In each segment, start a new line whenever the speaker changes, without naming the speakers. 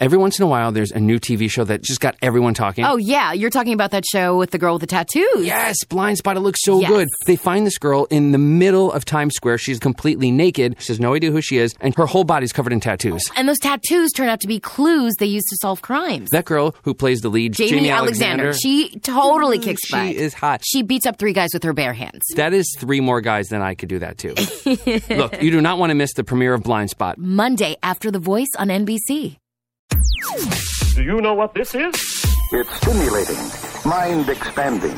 every once in a while there's a new TV show that just got everyone talking.
Oh yeah, you're talking about that show with the girl with the tattoos.
Yes, blind spot. It looks so
Yes.
good. They find this girl in the middle of Times Square. She's completely naked. She has no idea who she is, and her whole body's covered in tattoos.
And those tattoos turn out to be clues they use to solve crimes.
That girl who plays the lead,
Jamie,
Jamie, Alexander,
she totally kicks
she
butt.
is hot.
She beats up three guys with her bare hands.
That is three more guys than I could do that to. Look, you do not want to miss the premiere of Blind Spot.
Monday after The Voice on NBC.
Do you know what this is?
It's stimulating, mind expanding,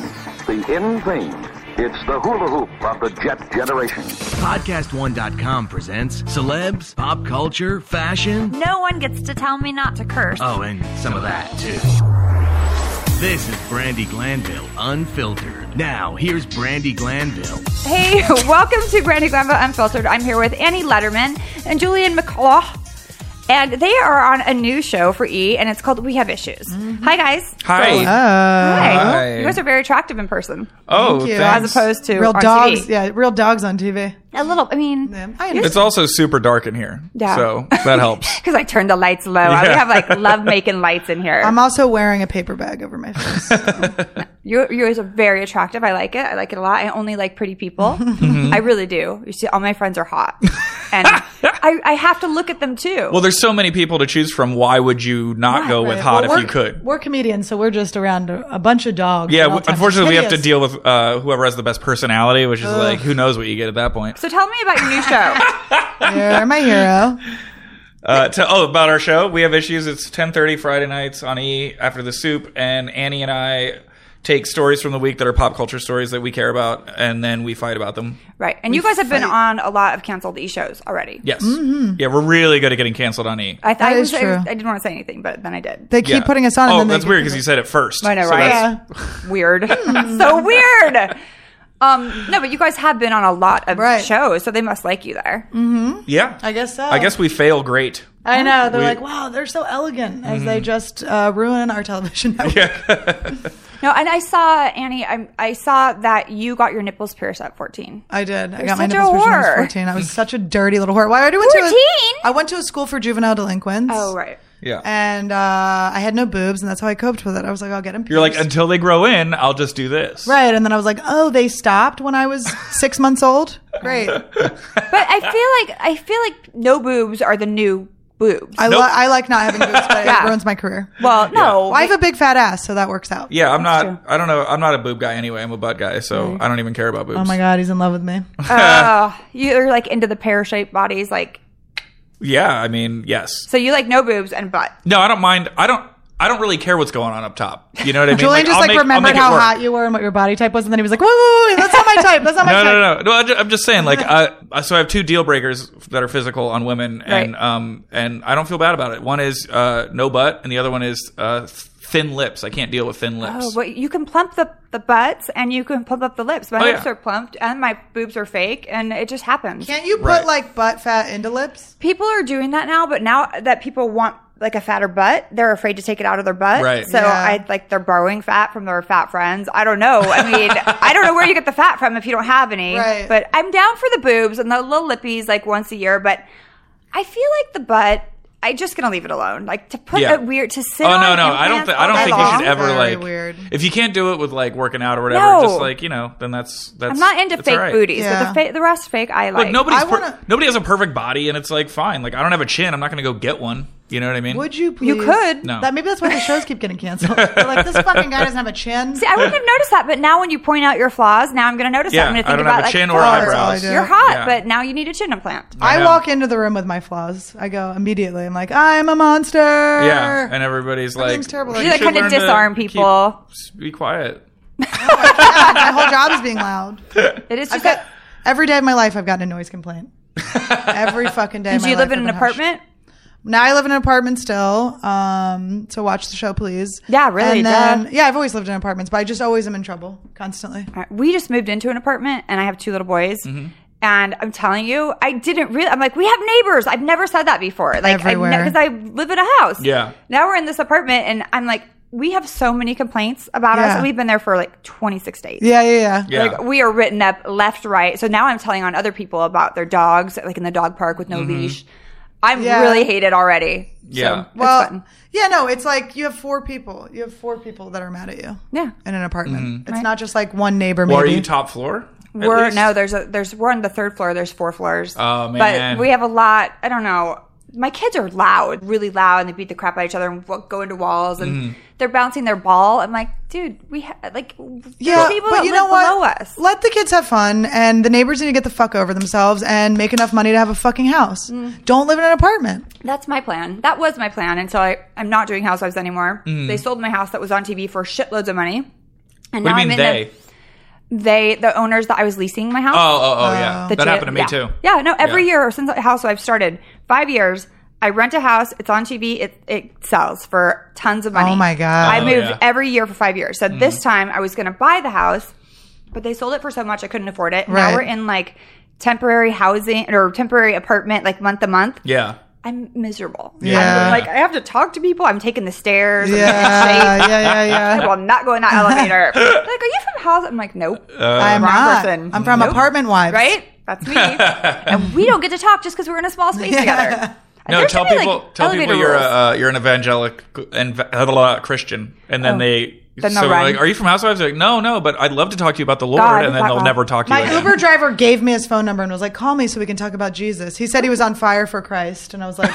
the in thing. It's the hula hoop of the jet generation.
Podcast1.com presents celebs, pop culture, fashion.
No one gets to tell me not to curse.
Oh, and some of that, too. This is Brandy Glanville Unfiltered. Now, here's Brandy Glanville.
Hey, welcome to Brandy Glanville Unfiltered. I'm here with Annie Letterman and Julian McCullough. And they are on a new show for E, and it's called We Have Issues. Hi, guys.
Mm-hmm. Hi.
Hi.
Hi.
You guys are very attractive in person.
Oh,
Thank you.
thanks.
As opposed to
real
on
dogs.
TV.
Yeah, real dogs on TV.
A little, I mean,
I
It's also super dark in here.
Yeah.
So that helps.
because I turned the lights low. I would
Yeah.
have like love making lights in here.
am also wearing a paper bag over my face.
you, you guys are very attractive. I like it. I like it a lot. I only like pretty people.
Mm-hmm.
I really do. You see, all my friends are hot. And I, I have to look at them too.
well, there's so many people to choose from. Why would you not go with hot
Well,
if you
we're-
could?
We're comedians, so we're just around a, a bunch of dogs.
Yeah,
at all
w-
times.
unfortunately, we have to
Hideous.
deal with uh, whoever has the best personality, which is like, who knows what you get at that point.
so tell me about your new show.
You're my hero.
Uh, to, oh, about our show, we have issues. It's 10:30 Friday nights on E after the soup, and Annie and I take stories from the week that are pop culture stories that we care about, and then we fight about them.
Right. And you guys have been on a lot of canceled e shows already.
Yes,
Mm-hmm.
yeah, we're really good at getting canceled on E.
I, th- I,
That
was,
is true.
I, didn't want to say anything, but then I did.
They keep
Yeah.
putting us on.
Oh,
and then
that's
they
weird because you said it first.
I know,
So
right?
that's-
Yeah.
Weird. so weird. Um, no, but you guys have been on a lot of
Right. Mm-hmm.
shows, so they must like you there.
Yeah.
I guess so.
I guess we fail great.
I know. They're like, wow, they're so elegant
Mm-hmm.
as they just uh, ruin our television network.
No, and I saw Annie. I, I saw that you got your nipples pierced at fourteen.
I did. I
You're
got my
such a
nipples pierced when I was
whore.
14. I was such a dirty little whore. Why I went to
14?
a, I went to a school for juvenile delinquents.
Oh, right.
Yeah.
And uh, I had no boobs, and that's how I coped with it. I was like, I'll get them.
You're like,
pierced.
until they grow in, I'll just do this.
Right. And then I was like, oh, they stopped when I was six months old? Great.
But I feel like I feel like no boobs are the new boobs.
I,
Nope.
li- I like not having boobs, but
Yeah.
it ruins my career.
well, no,
I have a big fat ass, so that works out.
Yeah, I'm not. I don't know. I'm not a boob guy anyway. I'm a butt guy, so I don't even care about boobs.
Oh my God, he's in love with me.
Uh, you're like into the pear shaped bodies, like
Yeah, I mean, yes.
so. You like no boobs and butt.
No, I don't mind. I don't. I don't really care what's going on up top. You know what I mean?
Julian just
I'll
like
make- I'll
remembered
make it
how
work.
hot you were and what your body type was, and then he was like, woo, woo, woo, that's not my type. That's not my
No,
type.
no, no, no. I ju- I'm just saying, like, I, so I have two deal breakers that are physical on women, and
Right.
um, and I don't feel bad about it. One is uh, no butt, and the other one is uh, thin lips. I can't deal with thin lips.
Oh, well, you can plump the, the butts and you can plump up the lips. My
Oh,
lips
yeah.
are plumped and my boobs are fake, and it just happens.
Can't you put
Right.
like butt fat into lips?
People are doing that now, but now that people want like a fatter butt, they're afraid to take it out of their butt.
Right.
So
Yeah.
I like they're borrowing fat from their fat friends. I don't know. I mean, I don't know where you get the fat from if you don't have any.
Right.
But I'm down for the boobs and the little lippies like once a year. But I feel like the butt. I just gonna leave it alone. Like to put
Yeah.
a weird to sit.
Oh
on
no, no, I don't.
implants
Th- I
all
don't
day
think you
long.
should ever
Very
like.
weird.
If you can't do it with like working out or whatever,
No.
just like you know, then that's that's.
I'm not into
that's
fake
all right.
booties,
Yeah.
but the, fa- the rest fake I like.
Look, nobody's
I
per-
wanna-
nobody has a perfect body, and it's like fine. Like I don't have a chin. I'm not going to go get one. You know what I mean?
Would you please?
You could.
No.
That, maybe that's why the shows keep getting canceled. They're like, this fucking guy doesn't have a chin.
See, I wouldn't have noticed that, but now when you point out your flaws, now I'm going to notice
Yeah,
that. I'm going to
I
think
don't
about
have a
like,
chin or
oh,
that's all I
eyebrows.
do.
You're hot,
Yeah.
but now you need a chin implant.
I,
know.
walk into the room with my flaws. I go immediately. I'm like, I'm a monster.
Yeah, and everybody's like,
Everything's terrible.
"You
You, like,
should
kinda
learn to
disarm
keep-
people."
s- be quiet.
my whole job is being loud.
It is
I've
just
got
that.
every day of my life. I've gotten a noise complaint. every fucking day. of
Do
my
you
life,
live in an
I've been hushed.
apartment?
Now I live in an apartment still. Um, so watch the show, please.
Yeah, really,
And then,
duh.
yeah, I've always lived in apartments, but I just always am in trouble constantly.
All right, We just moved into an apartment, and I have two little boys.
Mm-hmm.
And I'm telling you, I didn't really. I'm like, we have neighbors. I've never said that before. Like,
Everywhere.
because I live in a house.
Yeah.
Now we're in this apartment, and I'm like, we have so many complaints about us.
Yeah.
And we've been there for like 26 days.
Yeah, yeah, yeah.
Yeah,
Like we are written up left, right. So now I'm telling on other people about their dogs, like in the dog park with no leash. I'm
Yeah.
really hated already.
Mm-hmm. Yeah.
fun.
Well, yeah, no, it's like you have four people. You have four people that are mad at you.
Yeah.
In an apartment. It's not just like one neighbor. Maybe.
Well, are you top floor? at
We're
least?
no, there's a there's we're on the third floor. There's four floors.
Oh, man.
But we have a lot. I don't know. My kids are loud, really loud, and they beat the crap out of each other and w- go into walls and
Mm-hmm.
they're bouncing their ball. I'm like, dude, we ha- like there's
yeah,
people
but
that
you
live
know what?
below us.
Let the kids have fun, and the neighbors need to get the fuck over themselves and make enough money to have a fucking house.
Mm.
Don't live in an apartment.
That's my plan. That was my plan until I I'm not doing Housewives anymore.
Mm.
They sold my house that was on TV for shitloads of money, and
What do you
I'm
mean
in
they?
The, they the owners that I was leasing my house.
Oh, oh, oh, yeah.
The
that
two-
happened to me
yeah.
too.
Yeah, no, every
Yeah.
year since Housewives started, five years, I rent a house. It's on TV. It it sells for tons of money.
Oh, my God.
I
Oh,
moved
yeah. Mm.
every year for five years. So this time I was going to buy the house, but they sold it for so much I couldn't afford it. Now
Right.
we're in like temporary housing or temporary apartment, like month to month.
Yeah.
I'm miserable.
Yeah.
I'm like I have to talk to people. I'm taking the stairs. I'm
Yeah, yeah, yeah, yeah.
like, well, I'm not going in that elevator. They're like, are you from house? I'm like, nope.
I'm
wrong
not.
person.
I'm from
Nope.
apartment wives.
right? That's me. and we don't get to talk just because we're in a small space together.
No,
There should
tell
be,
people
like,
tell
elevator
people you're
rules.
a, uh, you're an evangelic and uh, blah, blah, Christian, and
Oh.
then they
Then
so
they'll run.
like, are you from Housewives? They're like, no, no, but I'd love to talk to you about the Lord,
God,
and then
fuck
they'll
off.
never talk to you.
My
again.
Uber driver gave me his phone number and was like, "Call me so we can talk about Jesus." He said he was on fire for Christ, and I was like, "And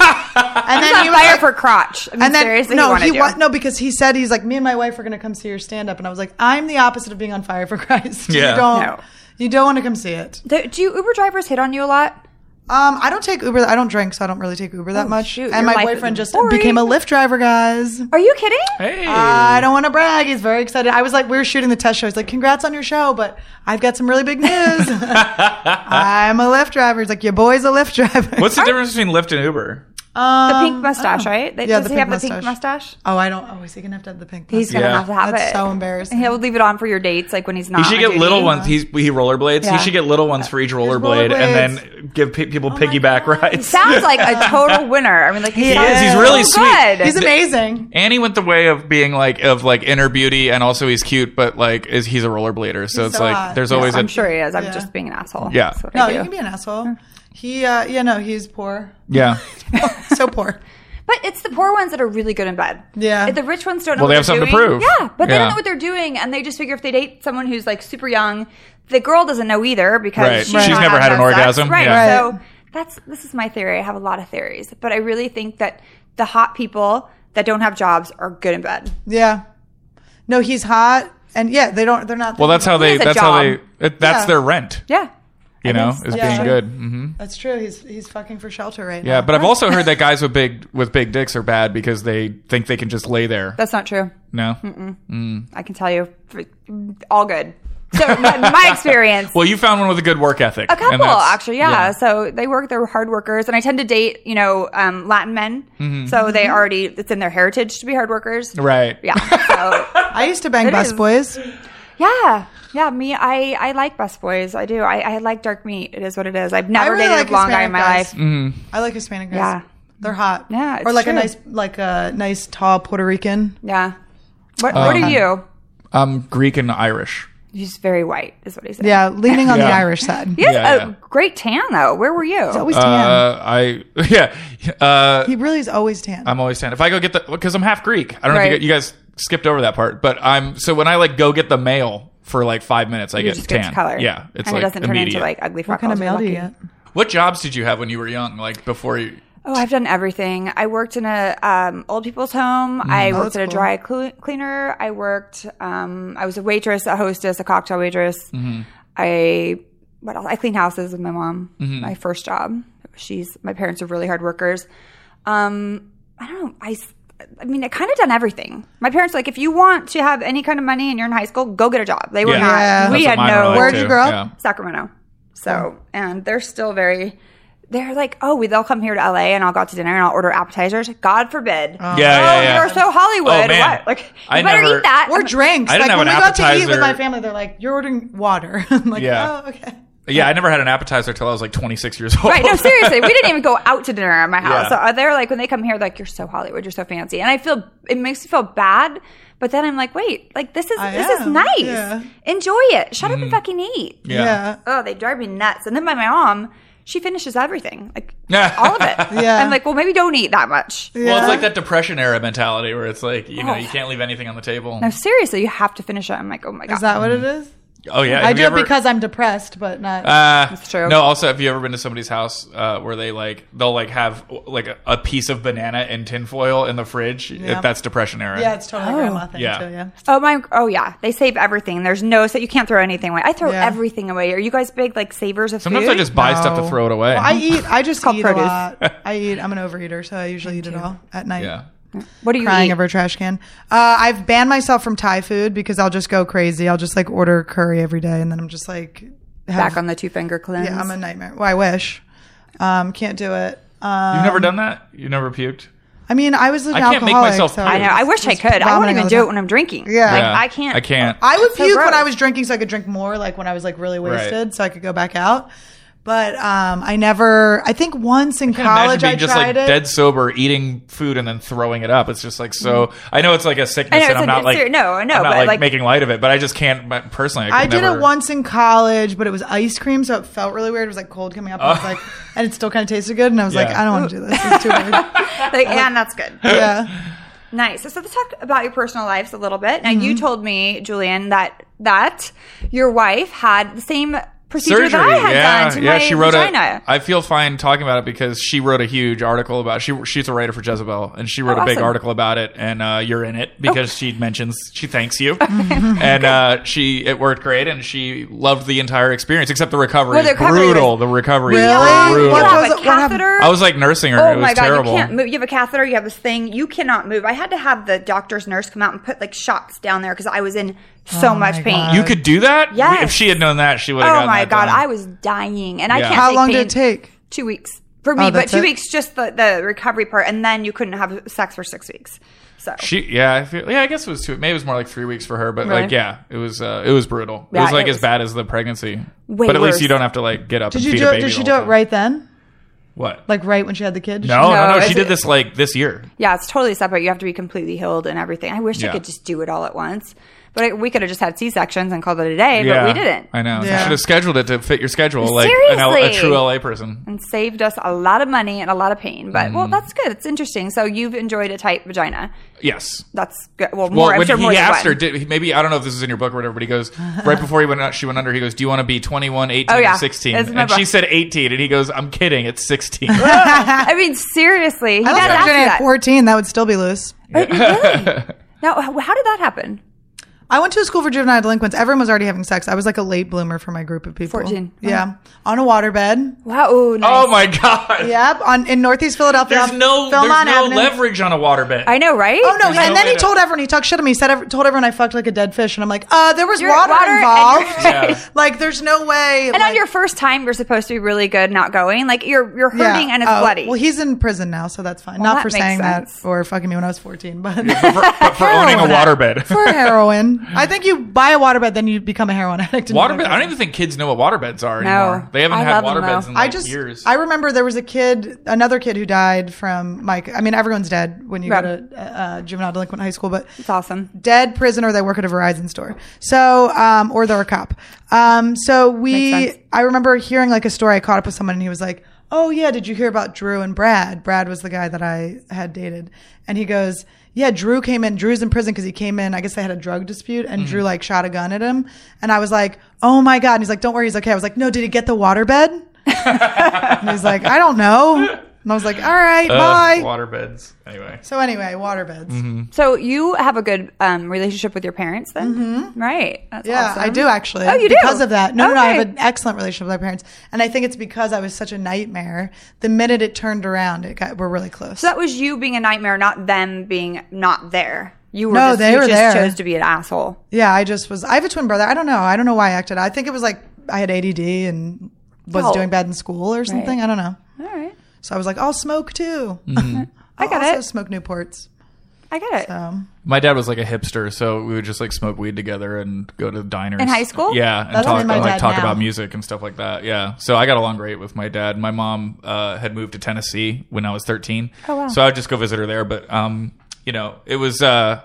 He's
then
on
he was
fire
like-
for crotch. I mean,
uh, and then
seriously,
no,
he,
he,
wanted
wa-
you.
no because he said he's like, "Me and my wife are going to come see your stand up," and I was like, "I'm the opposite of being on fire for Christ.
Yeah.
you don't,
No.
you don't want to come see it."
Do, do you Uber drivers hit on you a lot?
Um, I don't take Uber. I don't drink, so I don't really take Uber that much.
Oh, shoot, your
and my
life is
boyfriend just
boring.
became a Lyft driver, guys.
Are you kidding?
Hey,
I don't want to brag. He's very excited. I was like, we were shooting the test show. He's like, congrats on your show, but I've got some really big news. I'm a Lyft driver. He's like, your boy's a Lyft driver.
what's the difference between Lyft and Uber?
um,
The pink mustache, right? They-
Yeah,
Does
the
he have
pink
the pink mustache?
Oh, I don't. Oh, is he gonna have to have the pink?
He's
mustache?
gonna
Yeah.
have to have
That's
it.
so embarrassing.
And he'll leave it on for your dates, like when he's not.
He should
on
get
duty.
little ones. He's, he rollerblades.
Yeah.
He should get little ones for each rollerblade, and then give pe- people
Oh
piggyback rides.
Sounds like a total winner. I mean, like Oh, he,
is. He's really sweet.
He's amazing.
Annie went the way of being like of like inner beauty, and also he's cute, but like is he's a rollerblader, so
He's
it's
so
like
hot.
there's
Yeah,
always a
I'm sure he is. I'm
Yeah.
just being an asshole.
Yeah.
That's what
No,
I
you
do.
can be an asshole. He, uh, yeah, no, he's poor.
yeah.
So poor.
But it's the poor ones that are really good in bed.
Yeah.
The rich ones don't know what
Well, they have
they're
something to
doing.
prove.
Yeah, but they
Yeah.
don't know what they're doing, and they just figure if they date someone who's like super young, the girl doesn't know either because
Right.
she's,
She's
not
never
had
had an
no sex.
orgasm.
Right.
Yeah.
Right.
So that's this is my theory. I have a lot of theories, but I really think that the hot people that don't have jobs are good in bed.
Yeah. No, he's hot, and yeah, they don't. They're not.
Well, that's how they.
has a
That's how they.
job.
it- That's
Yeah.
their rent.
Yeah.
You know, is
Yeah.
being good. hmm
That's true. He's he's fucking for shelter right now.
Yeah, but I've also heard that guys with big with big dicks are bad because they think they can just lay there.
That's not true.
no.
I can tell you, for- all good. So my, my experience.
Well, you found one with a good work ethic.
A couple, actually, yeah. So they work; they're hard workers, and I tend to date, you know, um, Latin men. So they already it's in their heritage to be hard workers,
Mm-hmm. Right.
Yeah. So,
I used to bang bus
is.
boys.
yeah, yeah. Me, I I like bus boys. I do. I, I like dark meat. It is what it is. I've
I
never
really
dated
like
a blonde guy
Hispanic
in my
guys.
life.
Mm-hmm.
I like Hispanic guys.
Yeah.
They're hot.
Yeah, it's
or like
true.
a nice, like a nice tall Puerto Rican.
Yeah. What What
Um,
are you?
I'm Greek and Irish.
He's very white, is what he said.
Yeah, leaning on the
Yeah.
Irish side.
He has
Yeah,
a
yeah.
great tan though. Where were you?
Always tan.
Uh, I yeah. Uh,
He really is always tan.
I'm always saying if I go get the because I'm half Greek. I don't know
Right.
if you, gu- you guys skipped over that part, but I'm so when I like go get the mail for like five minutes, I
You
get
just
tan.
get color.
Yeah, it's
and
like
it doesn't turn
immediate.
into like ugly.
what kind of mail do you get?
what jobs did you have when you were young? Like before you.
Oh, I've done everything. I worked in a um, old people's home.
Mm, oh,
I worked at a
cool.
dry clu- cleaner. I worked. Um, I was a waitress, a hostess, a cocktail waitress.
Mm-hmm.
I what else? I cleaned houses with my mom.
Mm-hmm.
My first job. She's my parents are really hard workers. Um, I don't know. I. s- I mean, I kind of done everything. My parents were like, if you want to have any kind of money and you're in high school, go get a job. They were
Yeah.
not.
Yeah.
We
That's what
had
mine were
no.
like,
Where'd you
too.
grow up?
Yeah.
Sacramento. So, and they're still very, they're like, oh, we, they'll come here to LA and I'll go out to dinner and I'll order appetizers. God forbid.
Yeah, yeah,
oh,
yeah.
you're so Hollywood.
Oh, man.
What? Like, you
I
better
never-
eat that.
Or drinks.
I didn't
like
have
when
an
we go out to eat with
appetizer.
my family, they're like, "You're ordering water." I'm like,
Yeah.
"Oh, okay."
Yeah, I never had an appetizer till I was like 26 years old.
Right. No, seriously, we didn't even go out to dinner at my house.
Yeah.
So uh, they're like, when they come here, like, you're so Hollywood, you're so fancy. And I feel, it makes me feel bad. But then I'm like, wait, like, this is,
I
this is
am.
nice.
Yeah.
Enjoy it. Shut up and fucking eat.
Mm. Yeah.
Yeah.
oh, they drive me nuts. And then by my mom, she finishes everything, like
Yeah.
all of it.
Yeah.
I'm like, well, maybe don't eat that much.
Well, it's
Yeah.
like that depression era mentality where it's like, you know,
Oh.
you can't leave anything on the table.
No, seriously, you have to finish it. I'm like, oh my god,
Is that what it is?
Oh yeah,
I
Have
do
you ever-
it because I'm depressed, but not.
Uh,
true.
No, also, have you ever been to somebody's house uh, where they like they'll like have like a, a piece of banana and tinfoil in the fridge? If that's depression era.
yeah, it's totally a grandma thing
Yeah.
too. Yeah.
Oh my! Oh yeah, they save everything. There's no so you can't throw anything away. I throw
Yeah.
everything away. Are you guys big like savers of
Sometimes
food?
I just buy stuff to
No.
throw it away.
Well, I eat. I just
called
eat
produce.
a lot. I eat. I'm an overeater, so I usually eat it all at night.
yeah.
What do you
Crying
eat?
over a trash can. Uh, I've banned myself from Thai food because I'll just go crazy. I'll just like order curry every day, and then I'm just like have,
Back on the two finger cleanse.
Yeah, I'm a nightmare. Well, I wish. Um, can't do it. Um,
You've never done that? You never puked?
I mean, I was an
I
alcoholic.
can't make myself
so
puke.
I know. I wish I could. I won't
vomiting
even
all the
do it
time.
when I'm drinking.
Yeah.
Like,
Yeah.
I can't.
I can't.
I would
So
puke when
gross.
I was drinking, so I could drink more, like when I was like really wasted, so I could go back out. But um, I never. I think once in
Can't
college
imagine
I
being just like
tried it.
dead sober, eating food and then throwing it up. It's just like so. I know it's like
Mm.
a
I
sickness,
know,
and
it's
I'm
a-
not
it's
like
ser- no, I know,
I'm not
but,
like,
like-
making light of it. But I just can't. but Personally, I,
I
could
did
never-
it once in college, but it was ice cream, so it felt really weird. It was like cold coming up. And I was like, and it still kind of tasted good, and I was like,
Oh. Yeah.
I don't want to do this. It's too weird.
Like, and that's good.
yeah,
Nice. So let's talk about your personal lives a little bit. Now you
Mm-hmm.
told me, Julian, that that your wife had the same procedure
surgery.
that I had
yeah,
done to
yeah.
my
she wrote
vagina.
a. I feel fine talking about it because she wrote a huge article about. She she's a writer for Jezebel, and she wrote
Oh,
a big
awesome. Oh.
article about it. And uh, you're in it because she mentions she thanks you, and uh, she it worked great, and she loved the entire experience except the recovery.
Well, the recovery
brutal.
was-
the recovery.
Really?
Was brutal.
What
you
was
have
it-
a
what happened?
catheter.
I was like nursing her.
Oh
it was
my god,
terrible.
you can't move. You have a catheter, you have this thing, you cannot move. I had to have the doctor's nurse come out and put like shots down there because I was in so much pain.
Oh God.
You could do that? We-
Yes.
If she had known that, she would have
oh
gotten
my
that
god,
done.
I was dying, and I
Yeah.
can't.
How
take
long
pain.
did it take? Oh,
Two weeks for me, but
that's
two
it?
weeks just the the recovery part, and then you couldn't have sex for six weeks. So
She, yeah, I feel, yeah, I guess it was two. Maybe it was more like three weeks for her, but
Really?
like, yeah, it was, uh, it was brutal.
Yeah,
it was like
it
as
was-
bad as the pregnancy.
Way
but at least
worse.
you don't have to like get up.
did
and
you
feed
do
a
it?
baby
Did she
the
do
whole
it
time.
right then?
What?
Like right when she had the kid? Did
no,
she-
no, no.
No,
She
is
did
it-
this like this year.
yeah, it's totally separate. You have to be completely healed and everything. I wish
Yeah.
I could just do it all at once, but I, we could have just had C sections and called it a day, but
yeah,
we didn't.
I know. You
Yeah.
should have scheduled it to fit your schedule, like an L- a
Seriously.
true LA person.
and saved us a lot of money and a lot of pain. But
Mm.
well, that's good. It's interesting. So you've enjoyed a tight vagina.
Yes.
That's good. Well, more.
Well,
I'm
when
sure more
he
than
asked
one.
her, did, he- maybe I don't know if this is in your book or whatever, but he goes right before he went out, she went under. He goes, "Do you want to be 21, 18,
Oh, yeah.
or 16?"
This is my
And she
book.
said 18, and he goes, "I'm kidding. It's 16."
I mean, seriously, he
I
got
was
asked
at
that.
14. That would still be loose.
Now, how how did that happen?
I went to a school for juvenile delinquents. Everyone was already having sex. I was like a late bloomer for my group of people.
14.
Yeah. On a waterbed.
Wow. ooh, nice.
oh my god!
Yep. On, in Northeast Philadelphia.
There's no there's no
Philmont Avenue.
leverage on a waterbed.
I know, right?
Oh no!
There's no
and then
way
he
to-
told everyone he talked shit to me. He said ev- told everyone I fucked like a dead fish, and I'm like, uh, there was
You're-
water,
water and-
involved.
Yeah.
Like, there's no way.
And
like,
on your first time, you're supposed to be really good, not going. Like you're you're
yeah.
hurting and it's
Oh,
bloody.
Well, he's in prison now, so that's fine.
Well,
Not
that
for
makes
saying
sense.
that or fucking me when I was 14, but
for, but for owning a waterbed.
for heroin, I think you buy a waterbed, then you become a heroin addict. and you're
waterbed.
like-
I don't even think kids know what waterbeds are
No.
anymore. They haven't
I
had
love them,
waterbeds
though.
in like
I just
years. Uh,
I remember there was a kid, another kid who died from Mike. I mean, everyone's dead when you
Right.
go to uh, uh, juvenile delinquent high school, but
it's awesome.
dead prisoner they work at a verizon store so um, or they're a cop um, so
Makes
we
sense.
i remember hearing like a story i caught up with someone and he was like oh yeah did you hear about drew and brad brad was the guy that i had dated and he goes yeah drew came in drew's in prison because he came in i guess they had a drug dispute and
Mm-hmm.
drew like shot a gun at him and i was like oh my god and he's like don't worry he's okay i was like no did he get the waterbed and he's like i don't know and i was like all right
Uh,
Ugh,
bye
waterbeds. Anyway.
so anyway waterbeds
So you have a good um, relationship with your parents, then, right? That's
Mm-hmm. Yeah,
awesome.
I do actually.
Oh, you do?
because of that. No, no, no, I have
Okay.
an excellent relationship with my parents, and I think it's because I was such a nightmare. The minute it turned around, it got we're really close.
So that was you being a nightmare, not them being not there. You were
No,
just,
they
you
were
just
there.
chose to be an asshole.
yeah, I just was. I have a twin brother. I don't know. I don't know why I acted. I think it was like I had ADD and was
Oh.
doing bad in school or something. I don't know.
All right,
So I was like, I'll smoke too.
I got
also
it.
smoke Newports.
I got it.
Um,
My dad was like a hipster, so we would just like smoke weed together and go to diners
In high school?
Yeah, and
That's
talk,
only my
and, like
dad
talk
now.
about music and stuff like that. Yeah, so I got along great with my dad. My mom uh, had moved to Tennessee when I was thirteen. Oh
wow.
So I'd just go visit her there, but um, you know, it was uh,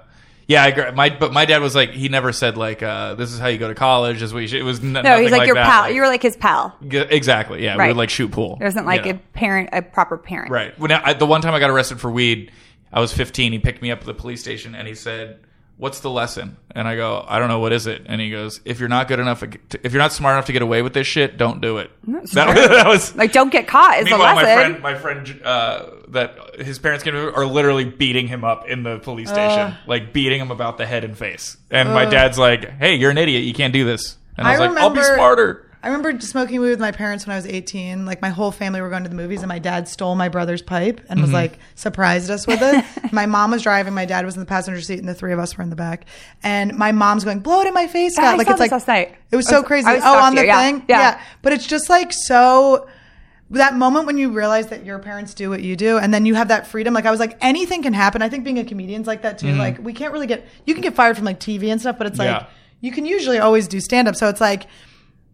Yeah, I agree. My but my dad was like he never said like uh, this is how you go to college. Is what you should. It was n-
No, he's like, your
that.
pal.
Like,
you were like his pal.
g- exactly. Yeah, we
Right.
would like shoot pool.
There wasn't like
you know?
a parent, a proper parent.
Right. When I, the one time I got arrested for weed, I was 15. He picked me up at the police station and he said, "What's the lesson?" And I go, "I don't know. What is it?" And he goes, "If you're not good enough, if you're not smart enough to get away with this shit, don't do it." That, was- that was.
Like, don't get caught is the
Meanwhile, my
lesson.
friend, my friend, uh, that his parents came to are literally beating him up in the police station, like beating him about the head and face. And my dad's like, "Hey, you're an idiot. You can't do this." And I was like, "I'll be smarter."
I remember smoking weed with my parents when I was 18. Like my whole family were going to the movies, and my dad stole my brother's pipe and
Mm-hmm.
was like surprised us with it. my mom was driving, my dad was in the passenger seat, and the three of us were in the back. And my mom's going, "Blow it in my face,
Yeah, I
Scott!" Like
saw
it's
this
like
last night.
It was
I
so
was-
crazy.
I was
oh,
talked
on
to
the
you, yeah,
thing,
yeah.
But it's just like so. That moment when you realize that your parents do what you do, and then you have that freedom. Like I was like, anything can happen. I think being a comedian's like that too.
Mm-hmm.
Like we can't really get you can get fired from like TV and stuff, but it's like
Yeah.
you can usually always do stand up. So it's like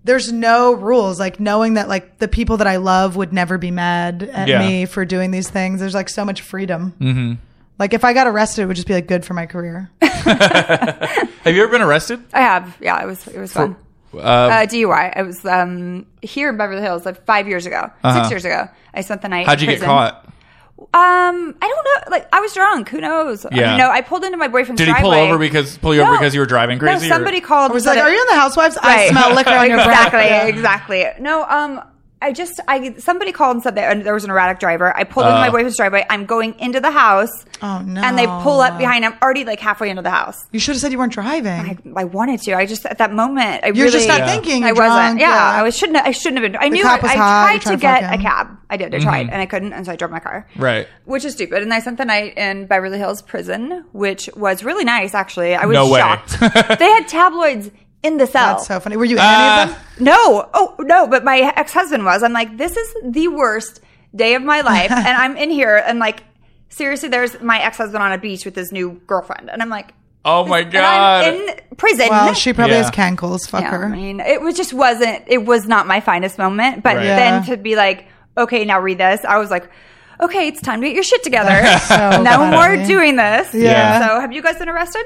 there's no rules. Like knowing that like the people that I love would never be mad at
Yeah.
me for doing these things. There's like so much freedom. Mm-hmm. Like if I got arrested, it would just be like good for my career.
Have you ever been arrested?
I have. Yeah, it was it was fun. uh, DUI. I was um, here in Beverly Hills like five years ago, six years ago. I spent the night.
Uh-huh. How'd you
in
get
prison.
caught?
Um, I don't know. Like I was drunk. Who knows?
Yeah.
You know, I pulled into my boyfriend's.
Did he pull
driveway.
over because pull you over
No.
because you were driving crazy?
No,
or-
somebody called.
I was like, are you on the Housewives? I smell liquor on your breath.
exactly, exactly. No, um, I just I somebody called and said that and there was an erratic driver. I pulled
Uh.
into my boyfriend's driveway. I'm going into the house.
Oh, no.
And they pull up behind. I'm already like halfway into the house.
You should have said you weren't driving.
I, I wanted to. I just at that moment. I
You're just
really-
not Yeah. thinking.
I
You're
wasn't.
drunk.
Yeah,
Yeah.
I was shouldn't. I shouldn't have been. I knew.
cop
I,
was
I
hot.
tried
You're
to
trying to fuck
get a
him.
cab. I did. I
Mm-hmm.
tried, and I couldn't, and so I drove my car.
Right.
Which is stupid. And I spent the night in Beverly Hills prison, which was really nice. Actually, I was
No way.
shocked. they had tabloids in the cell.
That's so funny. Were you in
Ah.
any of them?
No. Oh, no. But my ex husband was. I'm like, this is the worst day of my life. and I'm in here and like, seriously, there's my ex husband on a beach with his new girlfriend. And I'm like,
Oh my
and I'm
god!
in prison.
Well, she probably
Yeah.
has cankles. Fuck
Yeah,
her.
I mean, it was just wasn't, it was not my finest moment. But
Right.
then
Yeah.
to be like, okay, now read this, I was like, okay, it's time to get your shit together.
So
no
funny.
more doing this.
Yeah.
So have you guys been arrested?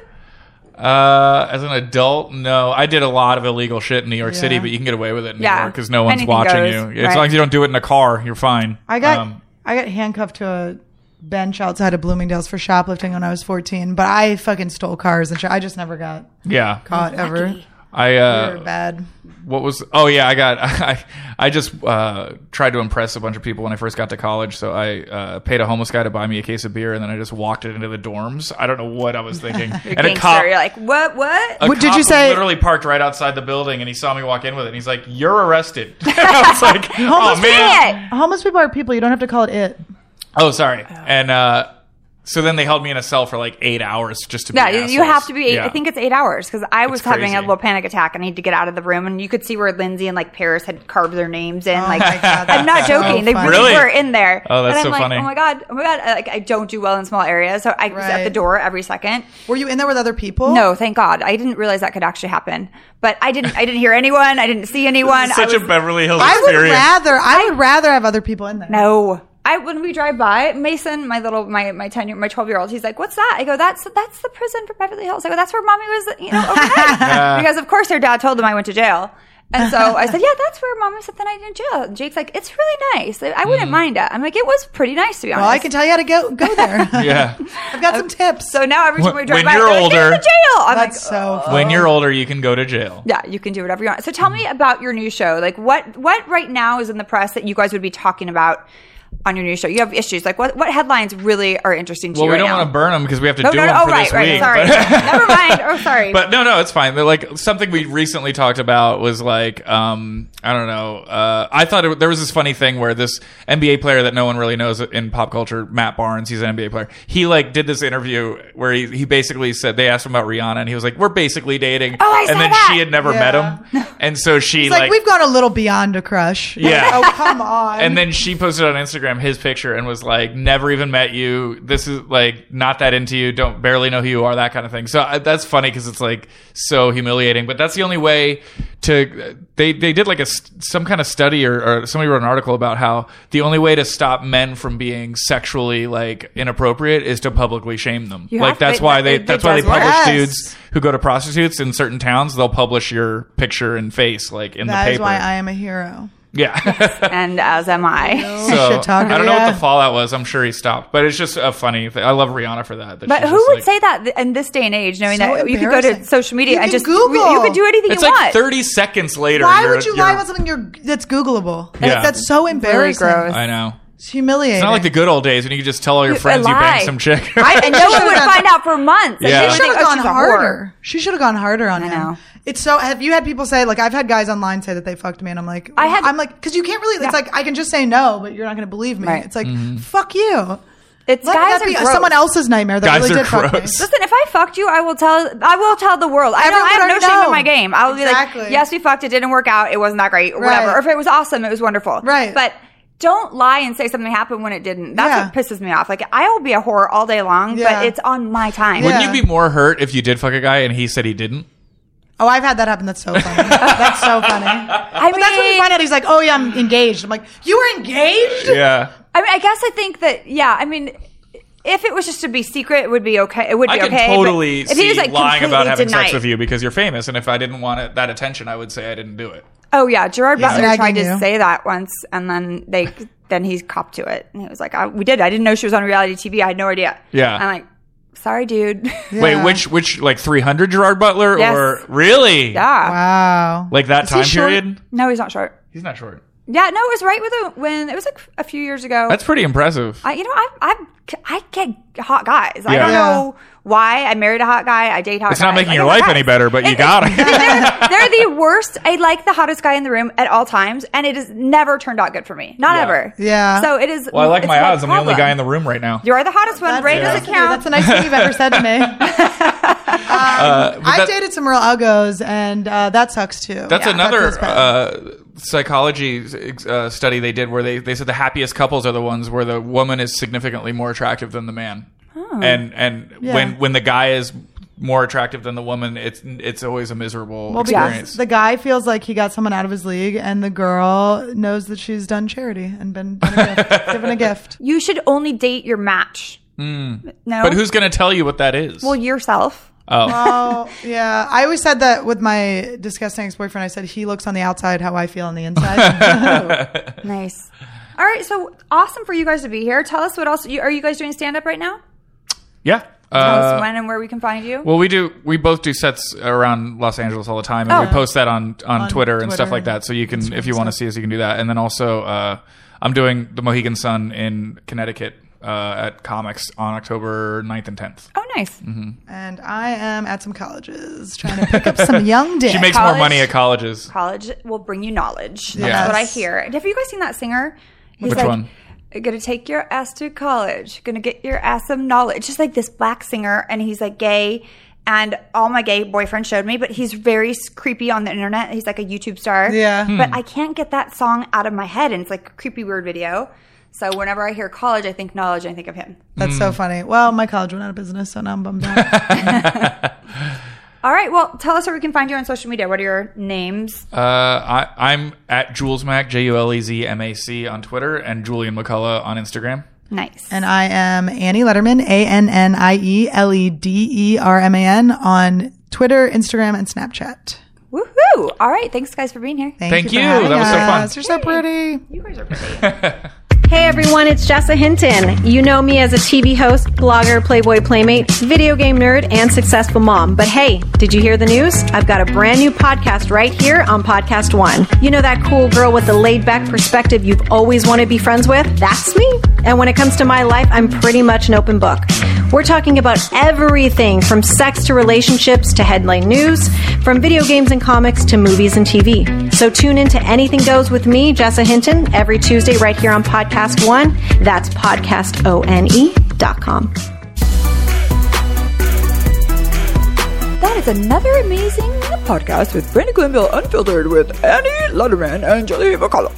Uh, as an adult, no. I did a lot of illegal shit in New York City, but you can get away with it in New
Yeah.
York because no one's
Anything
watching
goes,
you. As
right.
long as you don't do it in a car, you're fine.
I got
Um,
I got handcuffed to a bench outside of Bloomingdale's for shoplifting when I was 14, but I fucking stole cars and shit. I just never got
yeah.
caught ever.
I
They
uh,
were bad.
what was oh yeah i got i i just uh tried to impress a bunch of people when i first got to college so i uh paid a homeless guy to buy me a case of beer and then i just walked it into the dorms i don't know what i was thinking and a
Gangster.
cop
You're like, what, what?
a
What did
cop
you
was
say-
literally parked right outside the building and he saw me walk in with it and he's like you're arrested and i was like oh man
Idiot.
Homeless people are people. You don't have to call it it.
oh sorry and uh so then they held me in a cell for like eight hours just to
Yeah, you-
be
you
assholes.
have to be. Eight,
Yeah.
I think it's eight hours because I was
It's
having
crazy.
a little panic attack. and I need to get out of the room, and you could see where Lindsay and like Paris had carved their names in. Like,
Oh my God,
I'm not
that's so
joking; they
funny.
really,
Really?
were in there.
Oh,
and
that's
I'm
so
like,
funny.
Oh my god, oh my god! I- Like, I don't do well in small areas, so I was at the
Right.
door every second.
Were you in there with other people?
Oh.
No, thank God, I didn't realize that could actually happen. But I didn't. I didn't hear anyone. I didn't see anyone.
It's such
I was,
a beverly hills
I would
experience
rather I would rather have other people in there.
No. I when we drive by Mason, my little my my ten year my twelve year old, he's like, "What's that?" I go, "That's that's the prison for Beverly Hills." I go, "That's where mommy was, you know, overnight." because of course their dad told them I went to jail, and so I said, "Yeah, that's where mommy spent the night in jail." And Jake's like, "It's really nice. I, I
Hmm.
wouldn't mind it." I'm like, "It was pretty nice to be honest."
Well, I can tell you how to go go there.
yeah
I've got some tips.
so now every time
When-
we drive
when
by,
you're
they're like, "Here's
older-
the jail. I'm
that's
like, uh,
so funny.
when you're older you can go to jail
yeah, you can do whatever you want. So tell me
Mm-hmm.
about your new show. Like what what right now is in the press that you guys would be talking about on your new show? You have issues. Like what what headlines really are interesting to
Well,
you
we
right
don't
now?
want to burn them because we have to
No,
do
no,
them
no. Oh,
for
right,
this
right.
week.
Sorry.
But,
Never mind. Oh, sorry.
but no, no, it's fine. They're like something we recently talked about was like um, I don't know. Uh, I thought it, there was this funny thing where this NBA player that no one really knows in pop culture, Matt Barnes, he's an NBA player. He like did this interview where he, he basically said they asked him about Rihanna and he was like, "We're basically dating."
Oh, I
and
saw
then
that.
she had never
Yeah.
met him, and so she
it's like, we've gone a little beyond a crush.
Yeah.
oh come on.
and then she posted on Instagram Instagram his picture and was like, "Never even met you. This is like not that into you. Don't barely know who you are. That kind of thing." So I, that's funny because it's like so humiliating. But that's the only way to. They they did like a s- some kind of study or, or somebody wrote an article about how the only way to stop men from being sexually like inappropriate is to publicly shame them.
You
like
have to-
that's why
it-
they
it- it
that's why they
does work.
publish
Yes.
dudes who go to prostitutes in certain towns. They'll publish your picture and face like in the
That
paper.
is why I am a hero.
yeah.
and as am I.
So
Shit talker,
I don't know
yeah.
what the fallout was. I'm sure he stopped, but it's just a funny thing. I love Rihanna for that. that
But
she's
who
just
would
like-
say that th- in this day and age, knowing
So
that you could go to
embarrassing.
social media
You
and
can
just
Google.
you could do anything
It's
you
like
want.
30 seconds later.
Why
you're-
would you lie
you're-
about something you're, that's Googleable?
Yeah.
That's so embarrassing.
gross.
I know.
It's humiliating.
It's not like the good old days when you could just tell all your
You- a
friends you
lie.
banged some chick.
I, and no one would
Should've
find out for months. Like,
Yeah.
they would
She should
think,
have
"Oh,
gone
she's a whore."
harder. She should have gone harder on him.
know.
It's so. Have you had people say like I've had guys online say that they fucked me, and I'm like,
I had-
I'm like, because you can't really. It's like I can just say no, but you're not going to believe me.
Right.
It's like
Mm-hmm.
fuck you.
It's
Let
guys
that be
are gross.
someone else's nightmare that
Guys
really
are
did fuck me.
gross.
Listen, if I fucked you, I will tell. I will tell the world. I, don't, I have
Everyone
no
already
shame in
knows.
my game. I'll be
Exactly.
like, yes, we fucked. It didn't work out. It wasn't that great, or
Right.
whatever. Or if it was awesome, it was wonderful.
Right.
But don't lie and say something happened when it didn't. That's
Yeah.
what pisses me off. Like I will be a whore all day long,
Yeah.
but it's on my time.
Yeah.
Wouldn't you be more hurt if you did fuck a guy and he said he didn't?
Oh, I've had that happen. That's so funny. that's so funny.
I
But that's when we
mean-
find out he's like, oh yeah, I'm engaged. I'm like, you were engaged.
Yeah.
I mean, I guess I think that. Yeah. I mean. If it was just to be secret, it would be okay. It would
I
be
can
okay. but
totally
if
see
he was, like,
lying about
completely
having sex
denied-
with you because you're famous. And if I didn't want it, that attention, I would say I didn't do it.
Oh yeah, Gerard Butler
Snagging
tried to
you.
say that once, and then they then he copped to it, and he was like, I, "We did. I didn't know she was on reality TV. I had no idea."
Yeah.
I'm like, "Sorry, dude." Yeah.
Wait, which, which, like 300 Gerard Butler
Uh. Yes.
or really?
Wow.
Like that
Is he
time
short?
period?
No, he's not short.
He's not short.
Yeah, no, it was right with a, when it was like a few years ago.
That's pretty impressive.
I, you know, I I I get hot guys. I
Yeah.
don't
Yeah.
know why. I married a hot guy. I date hot.
It's
guys.
not making
I
your
get hot
life
guys.
any better, but you got it.
they're, they're the worst. I like the hottest guy in the room at all times, and it has never turned out good for me. Not
Yeah.
ever.
Yeah.
So it is.
Well, I like
it's
my odds. I'm the only
problem.
guy in the room right now.
You are the hottest one. Brain
yeah.
doesn't count.
That's the nice thing you've ever said to me. Um, I
Uh, that-
dated some real uggos, and uh, that sucks too.
That's
Yeah. That feels
another
bad.
uh, psychology uh, study they did where they, they said the happiest couples are the ones where the woman is significantly more attractive than the man, and and when when the guy is more attractive than the woman, it's it's always a miserable
well, because
experience.
the guy feels like he got someone out of his league, and the girl knows that she's done charity and been given a gift. given a gift.
you should only date your match. No.
Hmm. But who's going to tell you what that is?
well yourself?
Oh yeah, I always said that with my disgusting ex-boyfriend. I said he looks on the outside how I feel on the inside.
Nice. All right, so awesome for you guys to be here. Tell us what else you, are you guys doing stand up right now?
yeah.
Tell
Uh,
us when and where we can find you.
Well, we do. We both do sets around Los Angeles all the time, and we
Oh.
post that on, on Twitter and stuff
Twitter
like that. So you can, if you want to see us, you can do that. And then also, uh, I'm doing the Mohegan Sun in Connecticut uh, at Comics on October 9th and 10th.
oh, nice.
and I am at some colleges trying to pick up some young dick.
She makes
College?
more money at colleges.
College will bring you knowledge. That's
Yes.
what I hear. And Have you guys seen that singer? He's
Which
like,
one?
Gonna take your ass to college. Gonna get your ass some knowledge. Just like this black singer, and he's like gay. And all my gay boyfriend showed me, but he's very s- creepy on the internet. He's like a YouTube star.
Yeah. Hmm.
But I can't get that song out of my head, and it's like a creepy, weird video. So whenever I hear college, I think knowledge. I think of him.
That's so funny. Well, my college went out of business, so now I'm bummed out.
All right. Well, tell us where we can find you on social media. What are your names?
Uh, I, I'm at Jules Mac, J U L E Z M A C on Twitter, and Julian McCullough on Instagram.
Nice.
and I am Annie Letterman, A N N I E L E D E R M A N on Twitter, Instagram, and Snapchat.
Woohoo! All right. Thanks, guys, for being here.
Thank
for
you.
having
That was so fun.
us. You're so pretty.
You guys are pretty.
Hey everyone, it's Jessa Hinton. You know me as a TV host, blogger, Playboy playmate, video game nerd, and successful mom. But hey, did you hear the news? I've got a brand new podcast right here on Podcast One. You know that cool girl with the laid back perspective you've always wanted to be friends with? That's me. And when it comes to my life, I'm pretty much an open book. We're talking about everything from sex to relationships to headline news, from video games and comics to movies and TV. So tune in to Anything Goes with me, Jessa Hinton, every Tuesday right here on Podcast One. That's podcastone.com.
That is another amazing podcast with Brenda Glenville Unfiltered with Annie Letterman and Julie McCullough.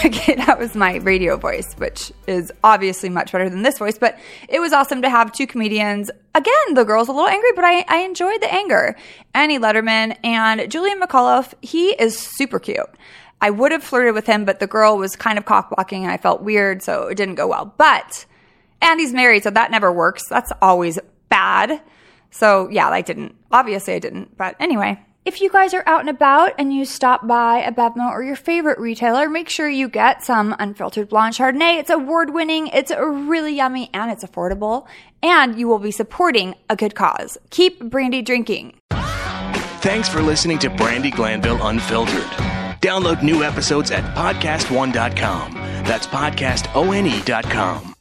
second, that was my radio voice, which is obviously much better than this voice. But it was awesome to have two comedians. Again, the girl's a little angry, but I, I enjoyed the anger. Annie Letterman and Julian McAuliffe, he is super cute. I would have flirted with him, but the girl was kind of cock blocking and I felt weird, so it didn't go well. But Andy's married, so that never works. That's always bad. So yeah, I didn't. Obviously, I didn't. But anyway, if you guys are out and about and you stop by a Bevmo or your favorite retailer, make sure you get some unfiltered blonde Chardonnay. It's award winning, it's really yummy, and it's affordable. And you will be supporting a good cause. Keep brandy drinking.
Thanks for listening to Brandy Glanville Unfiltered. E Download new episodes at podcastone.com. That's podcastone.com.